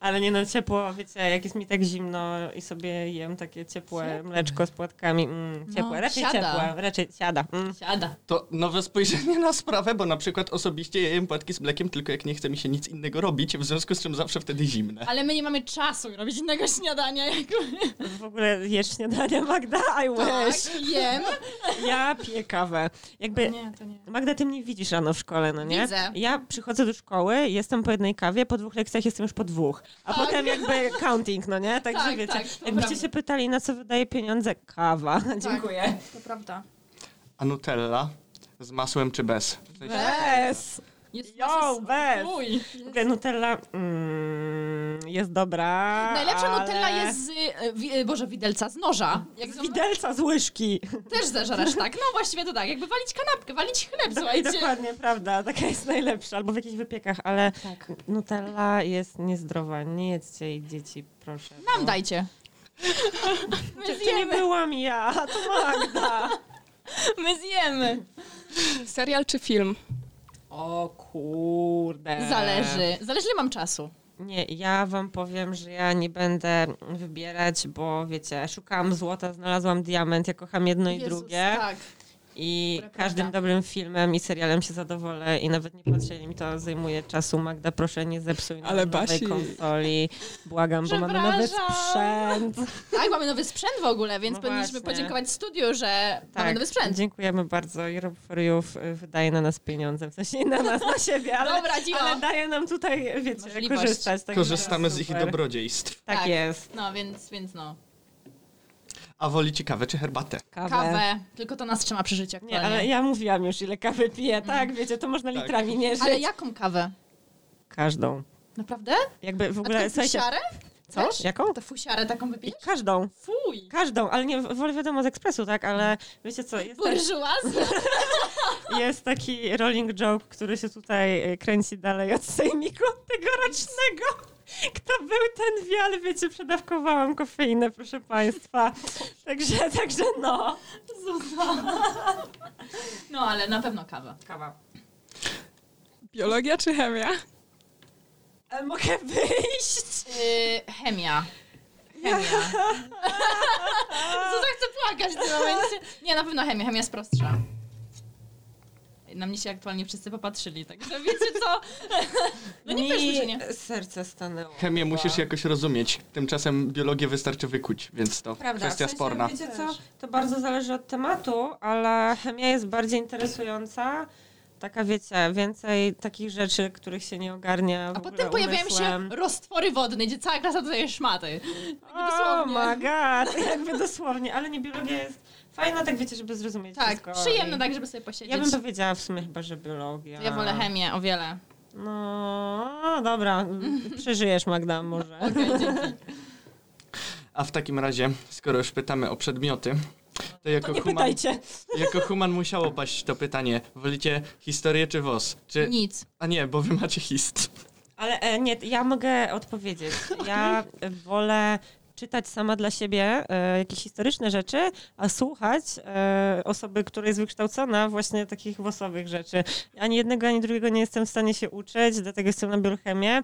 S2: ale nie no, ciepło, wiecie, jak jest mi tak zimno i sobie jem takie ciepłe mleczko z płatkami, mm,
S1: No,
S2: ciepłe, raczej
S1: siada.
S2: ciepłe, raczej siada. Mm.
S1: Siada.
S3: To nowe spojrzenie na sprawę, bo na przykład osobiście ja jem płatki z mlekiem, tylko jak nie chce mi się nic innego robić, w związku z czym zawsze wtedy zimne.
S1: Ale my nie mamy czasu robić innego śniadania. Jakby.
S2: W ogóle jesz śniadania, Magda? I
S1: Tak,
S2: wish.
S1: jem.
S2: Ja piję kawę. Jakby...
S1: Nie, to nie.
S2: Magda, ty mnie widzisz rano w szkole, no nie?
S1: Widzę.
S2: Ja przychodzę do szkoły, jestem po jednej kawie, po dwóch lekcjach jestem już po dwóch. A
S1: Tak.
S2: potem jakby counting, no nie? Także
S1: Tak,
S2: wiecie,
S1: tak, to
S2: jakbyście
S1: prawda. Tak.
S2: się pytali, na co wydaje pieniądze, kawa. Dziękuję.
S1: To prawda.
S3: A Nutella z masłem czy bez?
S2: Tak,
S3: W sensie-
S2: Bez!
S1: Jest
S2: Yo, bez!
S1: Uj.
S2: W ogóle Nutella mm, jest dobra,
S1: Najlepsza
S2: ale...
S1: Nutella jest z, e, wi- e, Boże, widelca z noża. Jak z
S2: Widelca z łyżki.
S1: też zażerasz tak. No właściwie to tak, jakby walić kanapkę, walić chleb,
S2: I
S1: słuchajcie.
S2: dokładnie, prawda, taka jest najlepsza. Albo w jakichś wypiekach, ale
S1: Tak.
S2: Nutella jest niezdrowa. Nie jedzcie jej dzieci, proszę.
S1: Nam dajcie. My
S2: To nie
S1: zjemy,
S2: byłam ja, to Magda.
S1: my zjemy.
S4: Serial czy film?
S2: O kurde.
S1: Zależy. Zależy, ile mam czasu.
S2: Nie, ja wam powiem, że ja nie będę wybierać, bo wiecie, szukałam złota, znalazłam diament, ja kocham jedno No i
S1: Jezus,
S2: drugie.
S1: Tak.
S2: I
S1: Dobra,
S2: każdym
S1: prawda.
S2: dobrym filmem i serialem się zadowolę i nawet nie patrzę, ile mi to zajmuje czasu. Magda, proszę, nie zepsuj nam
S4: Ale
S2: nowej
S4: Basi-
S2: konsoli. Błagam, bo mamy nowy
S1: Przepraszam.
S2: sprzęt.
S1: Tak, mamy nowy sprzęt w ogóle, więc
S2: No
S1: powinniśmy
S2: właśnie. Tak.
S1: podziękować studiu, że mamy nowy sprzęt.
S2: Dziękujemy bardzo i Rob for Youth y, wydaje na nas pieniądze, w sensie nie na nas, na siebie, ale,
S1: Dobra, dziwo.
S2: ale daje nam tutaj, wiecie,
S1: Możliwość.
S2: korzystać. także
S3: Korzystamy z ich
S2: super.
S3: dobrodziejstw.
S2: Tak,
S1: Tak.
S2: jest.
S1: No, więc, więc no.
S3: A wolicie kawę czy herbatę?
S2: Kawę.
S1: Kawę, tylko to nas trzyma przy życiu
S2: Nie,
S1: aktualnie.
S2: ale ja mówiłam już, ile kawy piję, tak, wiecie, to można
S3: Tak.
S2: litrami mierzyć.
S1: Mhm. Ale jaką kawę?
S2: Każdą.
S1: Naprawdę?
S2: Jakby w
S1: A
S2: ogóle,
S1: taką
S2: słuchajcie,
S1: fusiarę?
S2: co?
S1: Też?
S2: Jaką?
S1: To fusiarę taką wypijesz?
S2: Każdą,
S1: Fuj!
S2: każdą, ale nie, wolę wiadomo z ekspresu, tak, ale wiecie co, jest, tak,
S1: Burżuazja!
S2: jest taki rolling joke, który się tutaj e, kręci dalej od sejmiku tegorocznego. Kto był, ten wie, ale wiecie, przedawkowałam kofeinę, proszę państwa. Także, także no.
S1: No, ale na pewno kawa.
S2: Kawa.
S4: Biologia czy chemia?
S2: E, Mogę wyjść?
S1: Yy, chemia. Chemia. Zuza chce płakać w tym momencie. Nie, na pewno chemia. Chemia jest prostsza. Na mnie się aktualnie wszyscy popatrzyli, także wiecie co? No nie też
S2: Mi
S1: że nie.
S2: serce stanęło.
S3: Chemię
S2: chyba.
S3: musisz jakoś rozumieć. Tymczasem biologię wystarczy wykuć, więc to
S2: Prawda,
S3: kwestia
S2: w sensie,
S3: sporna.
S2: Wiecie co, to bardzo zależy od tematu, ale chemia jest bardziej interesująca. Taka, wiecie, więcej takich rzeczy, których się nie ogarnia w
S1: A
S2: ogóle
S1: potem pojawiają się
S2: umysłem.
S1: roztwory wodne, gdzie cała klasa dostaje szmaty.
S2: O Oh my god, jakby dosłownie, ale nie biologia jest fajna, tak wiecie, żeby zrozumieć wszystko.
S1: Tak, przyjemne
S2: I
S1: tak, żeby sobie posiedzieć.
S2: Ja bym powiedziała w sumie chyba, że biologia.
S1: To ja wolę chemię o wiele.
S2: No, dobra, przeżyjesz Magda może.
S3: A w takim razie, skoro już pytamy o przedmioty, to jako,
S2: To nie
S3: human,
S2: pytajcie.
S3: jako human musiało paść to pytanie. Wolicie historię czy WOS? Czy...
S1: Nic.
S3: A nie, bo wy macie hist.
S2: Ale e, nie, ja mogę odpowiedzieć. Ja wolę czytać sama dla siebie e, jakieś historyczne rzeczy, a słuchać e, osoby, która jest wykształcona właśnie takich wosowych rzeczy. Ani jednego, ani drugiego nie jestem w stanie się uczyć, dlatego jestem na biochemię.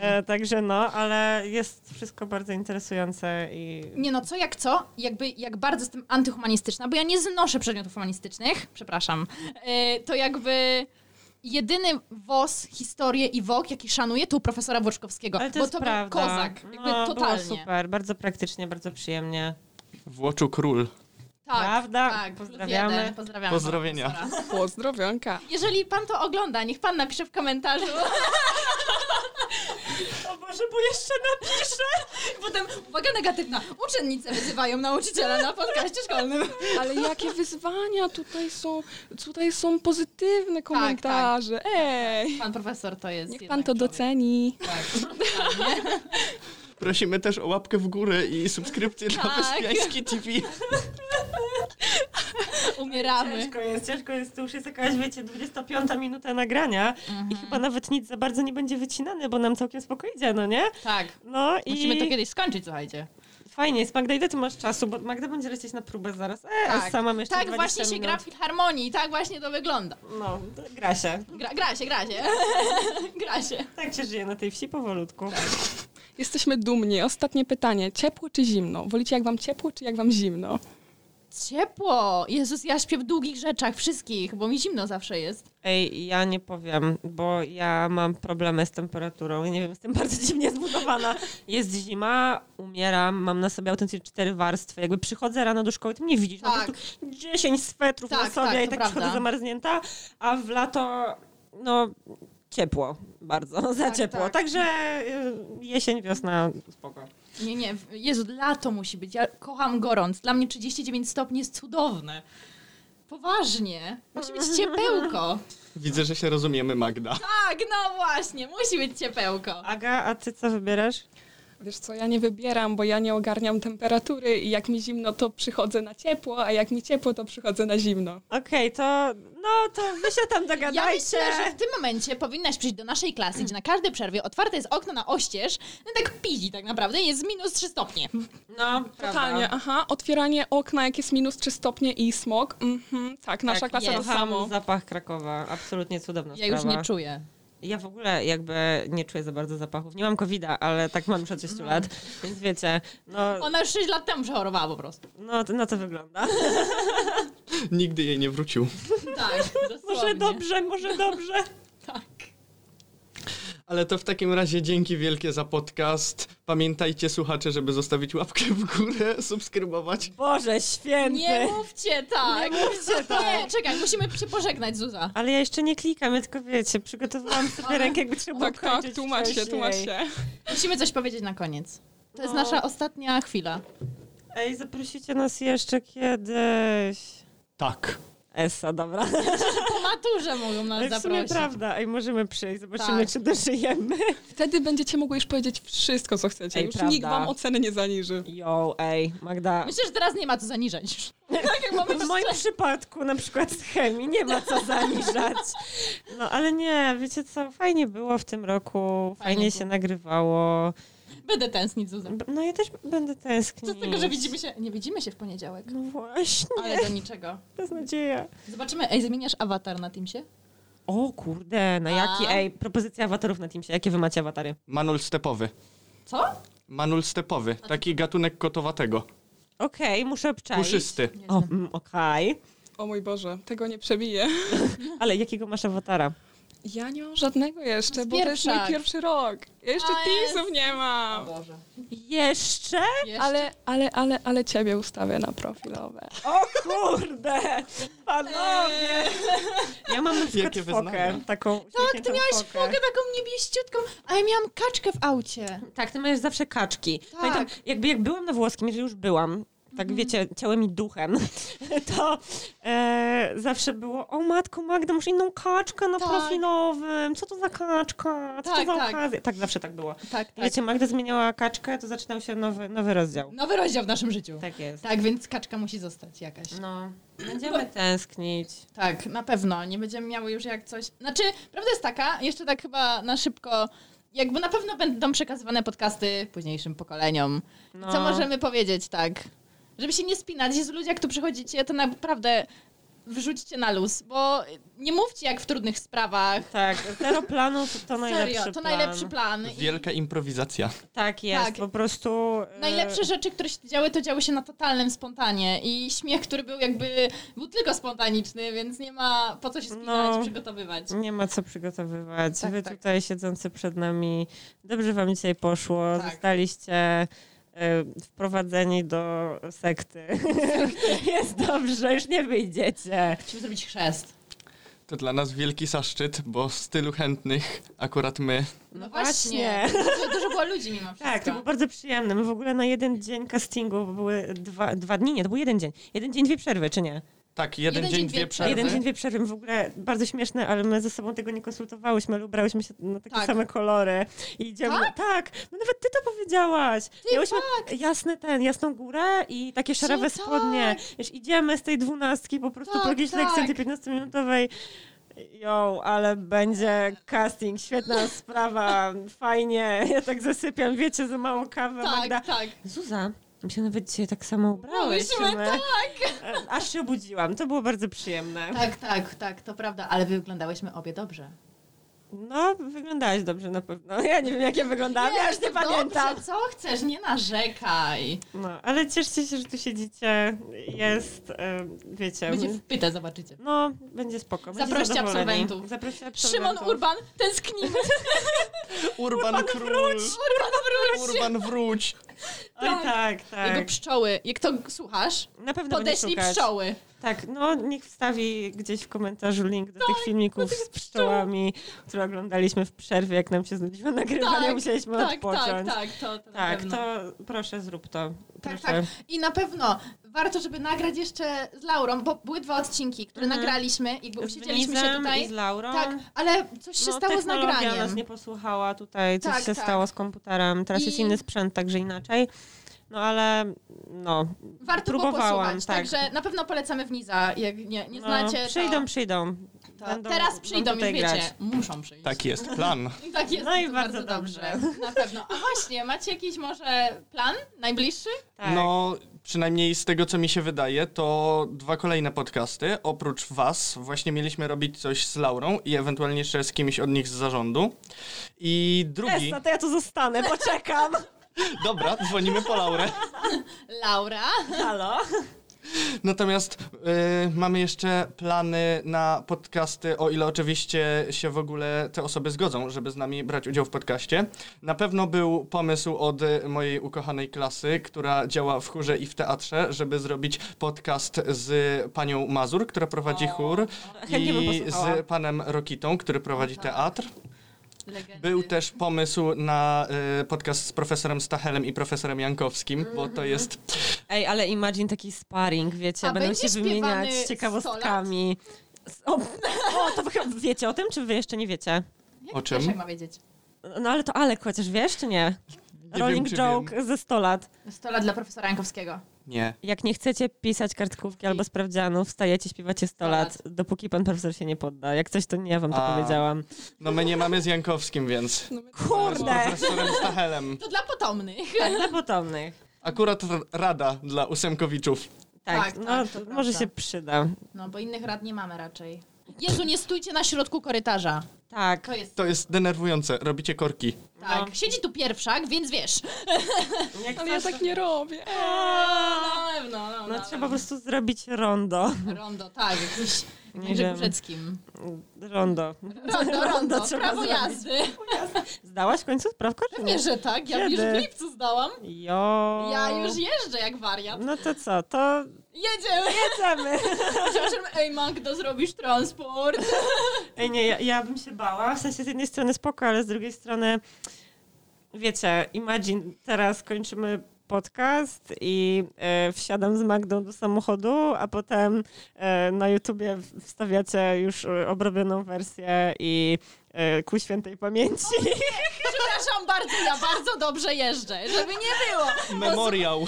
S2: E, także no, ale jest wszystko bardzo interesujące i...
S1: Nie no, co jak co, jakby jak bardzo jestem antyhumanistyczna, bo ja nie znoszę przedmiotów humanistycznych, przepraszam, e, to jakby jedyny WOS, historię i WOK, jaki szanuję, to u profesora Włoczkowskiego,
S2: Ale
S1: No,
S2: to
S1: bo
S2: jest
S1: to
S2: prawda.
S1: był kozak, jakby
S2: no, Było
S1: totalnie.
S2: super, bardzo praktycznie, bardzo przyjemnie.
S3: W Łoczu król.
S1: Tak,
S2: Prawda?
S1: tak, plus
S2: Pozdrawiamy.
S1: jeden, pozdrawiamy
S3: Pozdrowienia.
S1: pana profesora.
S4: Pozdrowionka.
S1: Jeżeli pan to ogląda, niech pan napisze w komentarzu.
S2: O Boże, bo jeszcze napiszę!
S1: Potem, uwaga negatywna, uczennice wyzywają nauczyciela na podcaście szkolnym.
S4: Ale jakie wyzwania tutaj są? Tutaj są pozytywne
S1: Tak,
S4: komentarze. Ej!
S1: Pan profesor to jest
S4: Niech pan
S1: tak. jednak
S4: to
S1: człowiek. tak.
S4: doceni.
S3: Prosimy też o łapkę w górę i subskrypcję dla
S1: Tak.
S3: Wyspiański TV.
S1: Umieramy.
S2: Ciężko jest, ciężko jest. To już jest jakaś, wiecie, 25 minuta nagrania i
S1: Mhm.
S2: chyba nawet nic za bardzo nie będzie wycinane, bo nam całkiem spoko idzie, no nie?
S1: Tak.
S2: No i
S1: Musimy to kiedyś skończyć, słuchajcie.
S2: fajnie jest. Magda, ile ty masz czasu? Bo Magda będzie lecieć na próbę zaraz. E,
S1: Tak.
S2: tak. sama mam jeszcze
S1: Tak
S2: 20
S1: właśnie się
S2: minut.
S1: gra w filharmonii, tak właśnie to wygląda.
S2: No, gra się.
S1: Gra, gra się, gra się. gra się.
S2: Tak się żyje na tej wsi powolutku.
S4: Jesteśmy dumni. Ostatnie pytanie. Ciepło czy zimno? Wolicie jak wam ciepło, czy jak wam zimno?
S1: Ciepło! Jezus, ja śpię w długich rzeczach, wszystkich, bo mi zimno zawsze jest.
S2: Ej, ja nie powiem, bo ja mam problemy z temperaturą i nie wiem, jestem bardzo dziwnie zbudowana. Jest zima, umieram, mam na sobie autentycznie cztery warstwy. Jakby przychodzę rano do szkoły, ty mnie widzisz, no
S1: Tak.
S2: mam po prostu 10 swetrów
S1: Tak,
S2: na sobie
S1: tak,
S2: i
S1: to
S2: tak
S1: prawda.
S2: przychodzę zamarznięta, a w lato, no, ciepło bardzo, za
S1: Tak,
S2: ciepło.
S1: tak.
S2: Także y, jesień, wiosna, spoko.
S1: Nie, nie, w- Jezu, lato musi być. Ja kocham gorąc. Dla mnie 39 stopni jest cudowne. Poważnie. Musi być ciepełko.
S3: Widzę, że się rozumiemy, Magda.
S1: Tak, no właśnie, musi być ciepełko.
S2: Aga, a ty co wybierasz?
S4: Wiesz co, ja nie wybieram, bo ja nie ogarniam temperatury i jak mi zimno, to przychodzę na ciepło, a jak mi ciepło, to przychodzę na zimno.
S2: Okej, to no, to wy się tam
S1: Ja
S2: dogadajcie.
S1: myślę, że w tym momencie powinnaś przyjść do naszej klasy, gdzie na każdej przerwie otwarte jest okno na oścież, no i tak pili tak naprawdę, jest minus 3 stopnie.
S2: No,
S4: Totalnie, aha. Otwieranie okna, jak jest minus 3 stopnie i smog. Mhm, tak, nasza
S2: Tak,
S4: klasa
S1: jest.
S4: to samo.
S2: Kocham zapach Krakowa, absolutnie cudowna
S1: Ja
S2: sprawa.
S1: już nie czuję.
S2: Ja w ogóle jakby nie czuję za bardzo zapachów. Nie mam covida, ale tak mam już od 6 lat, więc wiecie, no,
S1: Ona już 6 lat temu przechorowała po prostu.
S2: no, no to wygląda.
S3: Nigdy jej nie wrócił.
S1: Tak,
S2: Może dobrze, może dobrze.
S3: Ale to w takim razie dzięki wielkie za podcast. Pamiętajcie słuchacze, żeby zostawić łapkę w górę, subskrybować.
S2: Boże święty.
S1: Nie mówcie tak! Nie mówcie tak! Nie, czekaj, musimy się pożegnać, Zuza.
S2: Ale ja jeszcze nie klikam, ja tylko wiecie, przygotowałam sobie rękę, jakby trzeba
S4: Tak,
S2: było
S4: tak,
S2: kończyć
S4: tłumacz się,
S2: wcześniej.
S4: tłumacz się.
S1: Musimy coś powiedzieć na koniec. To jest
S2: No.
S1: nasza ostatnia chwila.
S2: Ej, zaprosicie nas jeszcze kiedyś.
S3: Tak.
S2: Esa, dobra.
S1: Po maturze mogą nas
S2: Ale w sumie
S1: zaprosić.
S2: prawda. Ej, możemy przyjść, zobaczymy,
S1: Tak.
S2: czy dożyjemy.
S4: Wtedy będziecie mogły już powiedzieć wszystko, co chcecie.
S2: Ej,
S4: już
S2: prawda.
S4: nikt wam oceny nie zaniży.
S2: Jo, ej, Magda.
S1: Myślę, że teraz nie ma co zaniżać już. Tak jak mamy
S2: No W moim przypadku na przykład z chemii nie ma co zaniżać. No ale nie, wiecie co, fajnie było w tym roku, fajnie,
S1: Fajnie
S2: się
S1: było.
S2: nagrywało.
S1: Będę tęsknić, Zuza.
S2: B- No ja też będę tęsknić.
S1: Co z tego, że widzimy się... Nie widzimy się w poniedziałek.
S2: No właśnie,
S1: Ale do niczego.
S2: bez nadzieja.
S1: Zobaczymy. Ej, zmieniasz awatar na Teamsie?
S2: O kurde, na
S1: A?
S2: jaki, ej, propozycja awatarów na Teamsie, jakie wy macie awatary?
S3: Manul stepowy.
S1: Co?
S3: Manul stepowy. Taki gatunek kotowatego.
S2: Okej, muszę obczaić.
S3: Puszysty.
S2: O, mm, okej.
S4: O mój Boże, tego nie przebiję.
S2: Ale jakiego masz awatara?
S4: Ja nie mam żadnego jeszcze,
S1: jest
S4: bo to jest mój
S1: pierwszak.
S4: pierwszy rok. Ja jeszcze
S1: A, jest.
S4: Teamsów nie mam.
S1: Boże.
S2: Jeszcze?
S1: Ale...
S4: Ale, ale, ale, ale ciebie ustawię na profilowe.
S2: O kurde, panowie. Ja mam na przykład
S3: Jakie
S2: fokę,
S3: wyznania.
S2: taką
S1: Tak, ty miałaś fokę taką niebieściutką, a ja miałam kaczkę w aucie.
S2: Tak, ty masz zawsze kaczki.
S1: Tak.
S2: Pamiętam, jakby jak byłam na włoskim, jeżeli już byłam, tak
S1: Mhm.
S2: wiecie, ciałem i duchem, to e, zawsze było, o matko Magda, masz inną kaczkę na
S1: Tak.
S2: profilowym, co to za kaczka, co
S1: Tak,
S2: to za
S1: tak.
S2: okazja. Tak, zawsze tak było.
S1: Tak, tak.
S2: Wiecie, Magda zmieniała kaczkę, to zaczynał się nowy, nowy rozdział.
S1: Nowy rozdział w naszym życiu.
S2: Tak jest.
S1: Tak, więc kaczka musi zostać jakaś.
S2: No, będziemy tęsknić.
S1: Tak, na pewno. Nie będziemy miały już jak coś. Znaczy, prawda jest taka, jeszcze tak chyba na szybko. Jakby na pewno będą przekazywane podcasty późniejszym pokoleniom.
S2: No.
S1: Co możemy powiedzieć, tak? Żeby się nie spinać, jest ludzie, jak tu przychodzicie, to naprawdę wyrzućcie na luz, bo nie mówcie jak w trudnych sprawach.
S2: Tak, zero planów to najlepszy
S1: Serio, to
S2: plan.
S1: najlepszy plan. I
S3: Wielka improwizacja.
S2: Tak jest,
S1: Tak.
S2: po prostu... e,
S1: Najlepsze rzeczy, które się działy, to działy się na totalnym spontanie. I śmiech, który był jakby, był tylko spontaniczny, więc nie ma po co się spinać,
S2: No.
S1: przygotowywać.
S2: Nie ma co przygotowywać.
S1: Tak,
S2: Wy
S1: tak.
S2: tutaj siedzący przed nami, dobrze wam dzisiaj poszło.
S1: Tak.
S2: Zostaliście e, wprowadzeni do sekty. Jest dobrze, już nie wyjdziecie.
S1: Musimy zrobić chrzest.
S3: To dla nas wielki zaszczyt, bo z tylu chętnych akurat my.
S1: No właśnie. Dużo, dużo było ludzi mimo wszystko.
S2: Tak, to było bardzo przyjemne. My w ogóle na jeden dzień castingu bo były dwa, dwa dni, nie, to był jeden dzień. Jeden dzień, dwie przerwy, czy nie?
S3: Tak, jeden,
S1: Jeden
S3: dzień,
S1: dzień,
S3: dwie
S1: dwie
S3: przerwy.
S2: Jeden dzień, dwie przerwy. W ogóle bardzo śmieszne, ale my ze sobą tego nie konsultowałyśmy, ale ubrałyśmy się na takie
S1: Tak.
S2: same kolory. I idziemy. Tak? no nawet ty to powiedziałaś. Miałyśmy jasny ten, jasną górę i takie szarawe
S1: tak.
S2: spodnie. Wiesz, idziemy z tej dwunastki po prostu po
S1: Tak,
S2: jakiejś
S1: tak.
S2: lekcji tej 15-minutowej. Jo, ale będzie casting, świetna sprawa, fajnie. Ja tak zasypiam, wiecie, za małą kawę, Magda.
S1: Tak, tak.
S2: Zuza, my się nawet dzisiaj tak samo ubrałyśmy.
S1: Ubrałyśmy,
S2: E, Aż się obudziłam, to było bardzo przyjemne.
S1: Tak, tak, tak, to prawda, ale wyglądałyśmy obie dobrze.
S2: No, wyglądałaś dobrze na pewno. Ja nie wiem, jak ja wyglądałam, Tak, ja już nie
S1: dobrze,
S2: pamiętam.
S1: Co chcesz, nie narzekaj.
S2: No, ale cieszcie się, że tu siedzicie. Jest, e, wiecie...
S1: Będzie w pytę, zobaczycie.
S2: No, będzie spoko. Będzie
S1: Zaproście
S2: zadowoleni.
S1: absolwentów.
S2: Zaproście absolwentów.
S1: Szymon Urban, tęsknimy.
S3: Urban, król.
S1: Urban wróć.
S3: Urban wróć.
S2: Oj, tak,
S1: Jego
S2: tak.
S1: pszczoły. Jak to słuchasz?
S2: Na pewno
S1: Podeślij
S2: będzie szukać.
S1: pszczoły.
S2: Tak, no niech wstawi gdzieś w komentarzu link
S1: Tak,
S2: do tych filmików z pszczołami, które oglądaliśmy w przerwie, jak nam się znudziło nagrywanie,
S1: Tak,
S2: musieliśmy
S1: Tak, tak,
S2: odpocząć.
S1: tak, to, to na
S2: Tak,
S1: pewno.
S2: to proszę zrób to.
S1: Tak,
S2: Proszę.
S1: tak. I na pewno warto, żeby nagrać jeszcze z Laurą, bo były dwa odcinki, które
S2: Mhm.
S1: nagraliśmy, jakby usiedzieliśmy się
S2: Denizem
S1: tutaj.
S2: i z Laurą.
S1: Tak, ale coś się
S2: No,
S1: stało z
S2: technologia
S1: nagraniem.
S2: nas nie posłuchała tutaj, coś
S1: Tak,
S2: się
S1: tak.
S2: stało z komputerem. Teraz
S1: I-
S2: jest inny sprzęt, także inaczej. No ale no,
S1: Warto było
S2: próbowałam,
S1: posłuchać,
S2: tak.
S1: także na pewno polecamy w Niza, jak nie, nie
S2: no,
S1: znacie. to-
S2: przyjdą, przyjdą.
S1: to,
S2: Będą-
S1: teraz przyjdą, już
S2: będą
S1: wiecie,
S2: tutaj
S1: muszą przyjść.
S3: Tak jest, plan.
S1: I tak jest,
S2: No i
S1: to
S2: bardzo
S1: Na pewno. A właśnie, macie jakiś może plan najbliższy?
S2: Tak.
S3: No, przynajmniej z tego, co mi się wydaje, to dwa kolejne podcasty. Oprócz was właśnie mieliśmy robić coś z Laurą i ewentualnie jeszcze z kimś od nich z zarządu. I drugi...
S2: Esa, to ja tu zostanę, poczekam.
S3: Dobra, dzwonimy po Laurę.
S1: Laura?
S2: Halo?
S3: Natomiast y, mamy jeszcze plany na podcasty, o ile oczywiście się w ogóle te osoby zgodzą, żeby z nami brać udział w podcaście. Na pewno był pomysł od y, mojej ukochanej klasy, która działa w chórze i w teatrze, żeby zrobić podcast z panią Mazur, która prowadzi chór
S2: chętnie bym
S3: i
S2: posłuchała.
S3: z panem Rokitą, który prowadzi teatr. Był też pomysł na y, podcast z profesorem Stachelem i profesorem Jankowskim, bo to jest
S2: Ej, ale imagine taki sparring, wiecie,
S1: A
S2: będą
S1: będzie
S2: się wymieniać
S1: śpiewany
S2: ciekawostkami. Z- O, o, to wy chyba wiecie o tym, czy wy jeszcze nie wiecie?
S1: Jak
S3: O czym?
S1: Leszek ma wiedzieć?
S2: No ale to Alek chociaż wiesz, czy nie?
S3: wiem,
S2: Rolling
S3: czy
S2: joke ze 100 lat.
S1: 100 lat dla profesora Jankowskiego.
S3: nie.
S2: Jak nie chcecie pisać kartkówki albo sprawdzianów, wstajecie, śpiewacie 100 lat, dopóki pan profesor się nie podda. Jak coś, to nie ja wam to
S3: A.
S2: powiedziałam.
S3: No my nie mamy z Jankowskim, więc
S4: No my
S3: z
S2: Kurde!
S3: profesorem Stachelem.
S1: To dla potomnych.
S2: Dla potomnych.
S3: Akurat r- rada dla ósemkowiczów.
S2: Tak,
S1: Tak,
S2: no
S1: tak, to
S2: to może
S1: prawda.
S2: się przyda.
S1: No, bo innych rad nie mamy raczej. Jezu, nie stójcie na środku korytarza.
S2: Tak.
S1: To jest...
S3: To jest denerwujące, robicie korki.
S1: Tak,
S2: No.
S1: siedzi tu pierwszak, więc wiesz.
S2: Jak
S4: Ale ja
S2: coś-
S4: tak nie robię.
S1: Na pewno, no,
S2: No trzeba po prostu zrobić rondo.
S1: Rondo, tak, jakiś
S2: Nie
S1: Andrzej
S2: wiem.
S1: Kurzeckim.
S2: Rondo.
S1: Rondo, rondo,
S2: trzeba
S1: prawo
S2: zrobić.
S1: jazdy.
S2: Zdałaś w końcu sprawko, czy nie?
S1: Pewnie, że tak, ja
S2: Kiedy?
S1: już w lipcu zdałam.
S2: Jo.
S1: Ja już jeżdżę jak wariat.
S2: No to co, to
S1: Jedziemy.
S2: jedziemy.
S1: Przepraszam, ej Magdo, zrobisz transport.
S2: Ej, nie, ja, ja bym się bała. W sensie z jednej strony spoko, ale z drugiej strony, wiecie, imagine, teraz kończymy podcast i e, wsiadam z Magdą do samochodu, a potem e, na YouTubie w- wstawiacie już e, obrobioną wersję i e, ku świętej pamięci.
S1: Przepraszam bardzo, ja bardzo dobrze jeżdżę, żeby nie było.
S3: Memoriał.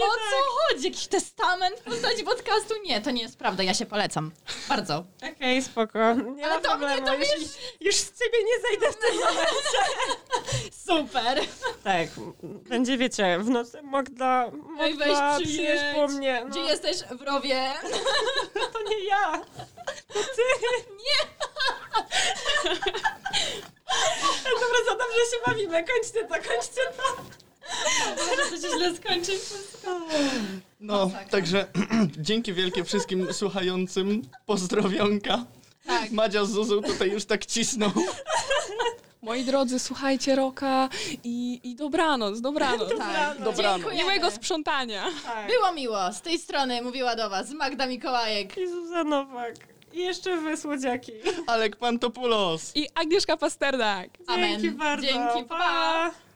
S1: O co chodzi? Jakiś testament w postaci podcastu? Nie, to nie jest prawda, ja się polecam. Bardzo.
S2: Okej, spoko. Nie
S1: Ale
S2: ma
S1: to
S2: problemu.
S1: mnie to
S2: już,
S1: wiesz-
S2: już z ciebie nie zejdę w tym
S1: Super.
S2: Tak, będzie wiecie, w nocy Magda,
S1: Ej, weź
S2: Magda
S1: przyjedź.
S2: przyjedź po mnie. No,
S1: Gdzie jesteś? W rowie.
S2: to nie ja. To ty. Nie. Dobra, za dobrze się bawimy. Kończcie to, kończcie to.
S5: To się źle skończy.
S3: No, także dzięki wielkie wszystkim słuchającym. Pozdrowionka.
S1: Tak.
S3: Madzia z Zuzą tutaj już tak cisną.
S4: Moi drodzy, słuchajcie Roka i, i dobranoc, dobranoc.
S1: Tak.
S3: Dobranoc.
S1: Dziękujemy.
S4: Miłego sprzątania.
S2: Tak.
S1: Było miło. Z tej strony mówiła do was Magda Mikołajek.
S2: I Zuza Nowak. I jeszcze wy, słodziaki.
S3: Alek Pantopulos.
S4: I Agnieszka Pasternak.
S1: Amen.
S2: Dzięki bardzo.
S1: Dzięki, pa.
S2: pa.